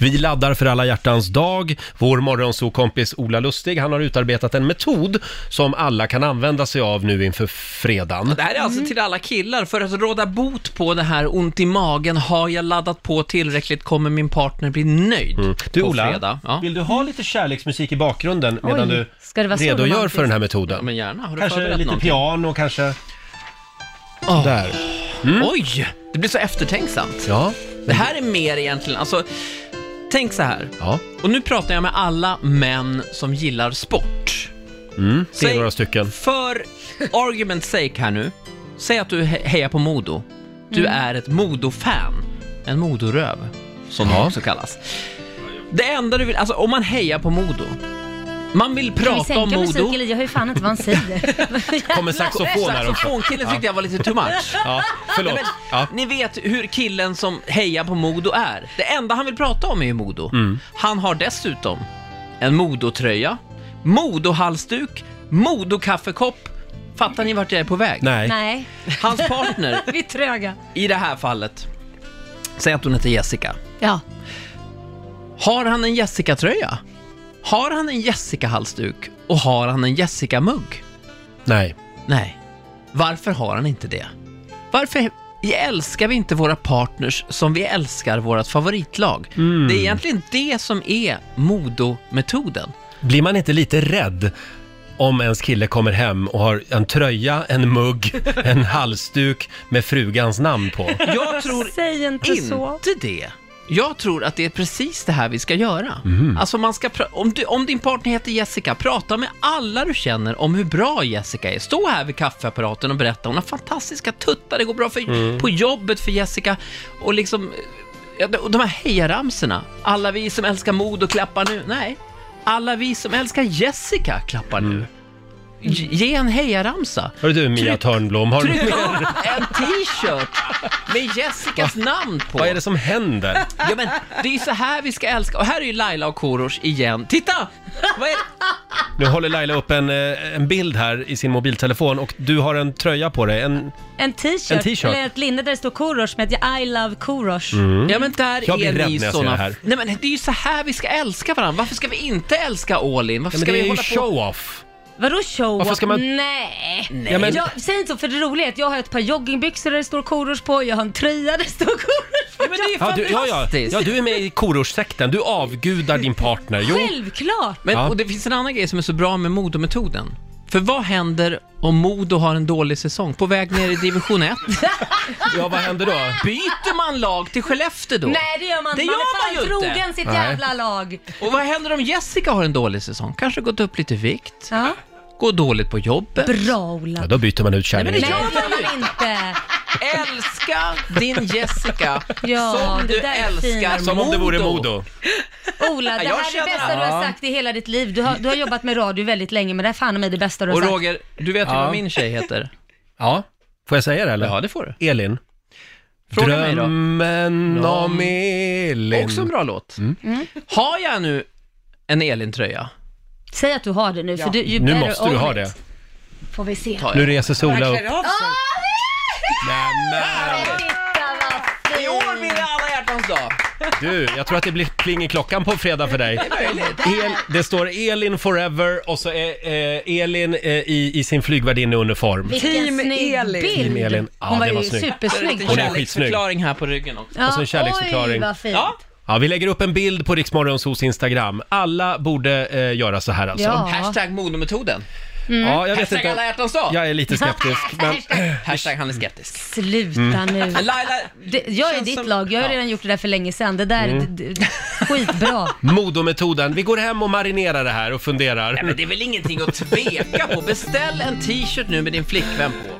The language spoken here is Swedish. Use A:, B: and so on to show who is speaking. A: Vi laddar för alla hjärtans dag. Vår morgonsokompis Ola Lustig, han har utarbetat en metod som alla kan använda sig av nu inför fredagen.
B: Det här är alltså till alla killar, för att råda bot på det här ont i magen, har jag laddat på tillräckligt, kommer min partner bli nöjd
A: Mm. Du
B: på
A: Ola,
B: fredag? Ja.
A: vill du ha lite kärleksmusik i bakgrunden medan du
C: ska det vara så
A: redogör
C: romantiskt?
A: för den här
B: ja,
A: metoden?
B: men gärna. Har du
A: Kanske
B: förberett
A: lite
B: någonting?
A: piano, kanske...
B: Åh.
A: Där. Mm.
B: Oj! Det blir så eftertänksamt.
A: Ja,
B: Det här är mer egentligen, alltså, tänk så här.
A: ja.
B: Och nu pratar jag med alla män som gillar sport.
A: Mm, det är
B: Säg-
A: några stycken.
B: För argument's sake här nu, säg att du he- hejar på Modo. Du
C: Mm.
B: är ett Modo-fan. En Modoröv, som det
A: Ja.
B: också kallas. Det enda du vill, alltså om man hejar på Modo, man vill
C: Kan vi
B: prata om
C: sänka
B: Modo.
C: musiken lite? Jag hör ju fan inte vad han säger.
A: Kommer saxofon här också.
B: Saxofonkillen tyckte jag var lite too much.
A: Ja, förlåt. Ja.
B: Ni vet hur killen som hejar på Modo är. Det enda han vill prata om är ju Modo.
A: Mm.
B: Han har dessutom en Modotröja, Modohalsduk, Modokaffekopp. Fattar ni vart jag är på väg?
A: Nej.
C: Nej,
B: Hans partner,
C: vi är tröga.
B: i det här fallet, säg att hon heter Jessica.
C: Ja.
B: Har han en Jessica-tröja? Har han en Jessica-halsduk? Och har han en Jessica-mugg?
A: Nej.
B: Nej. Varför har han inte det? Varför älskar vi inte våra partners som vi älskar vårt favoritlag? Det är egentligen det som är Modo-metoden.
A: Blir man inte lite rädd om ens kille kommer hem och har en tröja, en mugg, en halsduk med frugans namn på?
B: Jag tror
C: Säg inte så.
B: inte det. Jag tror att det är precis det här vi ska göra.
A: Mhm.
B: Alltså man ska pra- om, du, om din partner heter Jessica, prata med alla du känner om hur bra Jessica är. Stå här vid kaffeapparaten och berätta, hon har fantastiska tuttar, det går bra för,
A: Mm.
B: på jobbet för Jessica. Och liksom, ja, de- och de här hejaramsorna, alla vi som älskar mod och klappar nu. Nej, alla vi som älskar Jessica klappar
A: Mm.
B: nu. Ge- Ge en hejaramsa.
A: Hörru du Mia Törnblom, har
B: Tryck
A: du,
B: upp en t-shirt med Jessicas namn på.
A: vad är det som händer?
B: Ja men det är ju så här vi ska älska, och här är ju Laila och Korosh igen. Titta! Vad är det?
A: Nu håller Laila upp en, eh, en bild här i sin mobiltelefon och du har en tröja på dig. En,
C: En t-shirt,
A: En t-shirt.
C: eller ett linne där det står Korosh med att I love Korosh.
B: Ja men där
A: Mm. Jag blir
B: är
A: rädd
B: ni
A: när jag ser
B: såna...
A: det här.
B: Nej men det är ju så här vi ska älska varandra, varför ska vi inte älska All-In? Varför
A: ja, men
B: ska
A: det
B: vi
A: är ju
B: hålla på?
A: show-off.
C: Vadå show?
A: Varför ska man-
C: Nej.
A: Ja, men-
C: Jag, säg inte så, för det roliga är att jag har ett par joggingbyxor där det står Korosh på, jag har en tröja där det står Korosh på.
B: Ja, men det är ju
A: Ja du, ja, ja.
B: fantastiskt!
A: ja, du är med i kororssekten. Du avgudar din partner. Jo,
C: Självklart!
B: Men,
A: Ja.
B: och det finns en annan grej som är så bra med Modo-metoden. För vad händer om Modo har en dålig säsong? På väg ner i division 1?
A: ja, vad händer då?
B: Byter man lag till Skellefteå då?
C: Nej det gör man
B: Det
C: Man
B: gör
C: är
B: man
C: fan
B: ju inte.
C: trogen sitt
A: Nej.
C: jävla lag.
B: Och vad händer om Jessica har en dålig säsong? Kanske gått upp lite vikt,
C: Ja.
B: går dåligt på jobbet.
C: Bra Ola.
A: Ja, då byter man ut
B: Nej,
A: kärleken.
C: Nej
B: gör
C: det
B: man ju.
C: gör man inte.
B: Älska din Jessica
C: Ja,
B: som
C: det
B: du
C: där är
B: älskar
C: fint.
A: Som om det vore Modo.
C: Ola, det
B: Jag
C: här är det
B: känner
C: bästa
B: det.
C: du har sagt i hela ditt liv. Du har, du har jobbat med radio väldigt länge, men det här är fan mig det bästa du har
B: Och
C: sagt.
B: Roger, du vet ju
A: Ja.
B: vad min tjej heter?
A: Ja, får jag säga det eller?
B: Ja, det får du.
A: Elin.
B: Fråga mig då.
A: Drömmen om
B: Om-
A: Elin.
B: Också en bra låt.
A: Mm.
C: Mm.
B: Har jag nu en Elin-tröja?
C: Säg att du har det nu, för du, you
A: Nu
C: better
A: måste du
C: own
A: ha
C: it.
A: det.
C: Får vi se.
B: Tar
A: Nu
B: jag.
A: reser sig Ola
D: Han
A: upp.
D: klär av sig.
A: Nämen!
C: Titta vad
B: I år blir det alla hjärtans dag.
A: Du, jag tror att det blir pling i klockan på fredag för dig. El, det står Elin forever och så är eh, Elin eh, i, i sin flygvärdinneuniform.
C: Vilken
D: Team
C: snygg
D: Elin.
C: bild.
A: Team Elin. Ja,
C: Hon var
A: det var
C: ju
A: snygg.
C: supersnygg.
A: Hon är skitsnygg.
B: Kärleksförklaring här på ryggen också.
C: Ja,
A: så en kärleksförklaring.
C: Oj, vad fint.
B: Ja.
A: Ja, vi lägger upp en bild på Riksmorgonsos Instagram. Alla borde eh, göra så här alltså.
C: Ja.
B: Hashtag modometoden.
A: Ja, jag vet
B: Hashtag alla
A: inte.
B: hjärtans dag.
A: Jag är lite skeptisk, men Mm.
B: Hashtag han är skeptisk.
C: Sluta nu.
B: Men Laila,
C: Det, jag är
B: Känns
C: ditt
B: som-
C: lag, jag har
B: Ja.
C: redan gjort det där för länge sedan. Det där
A: Mm.
C: är d- d- skitbra.
A: Modometoden. Vi går hem och marinerar det här och funderar.
B: nej men det är väl ingenting att tveka på. Beställ en t-shirt nu med din flickvän på.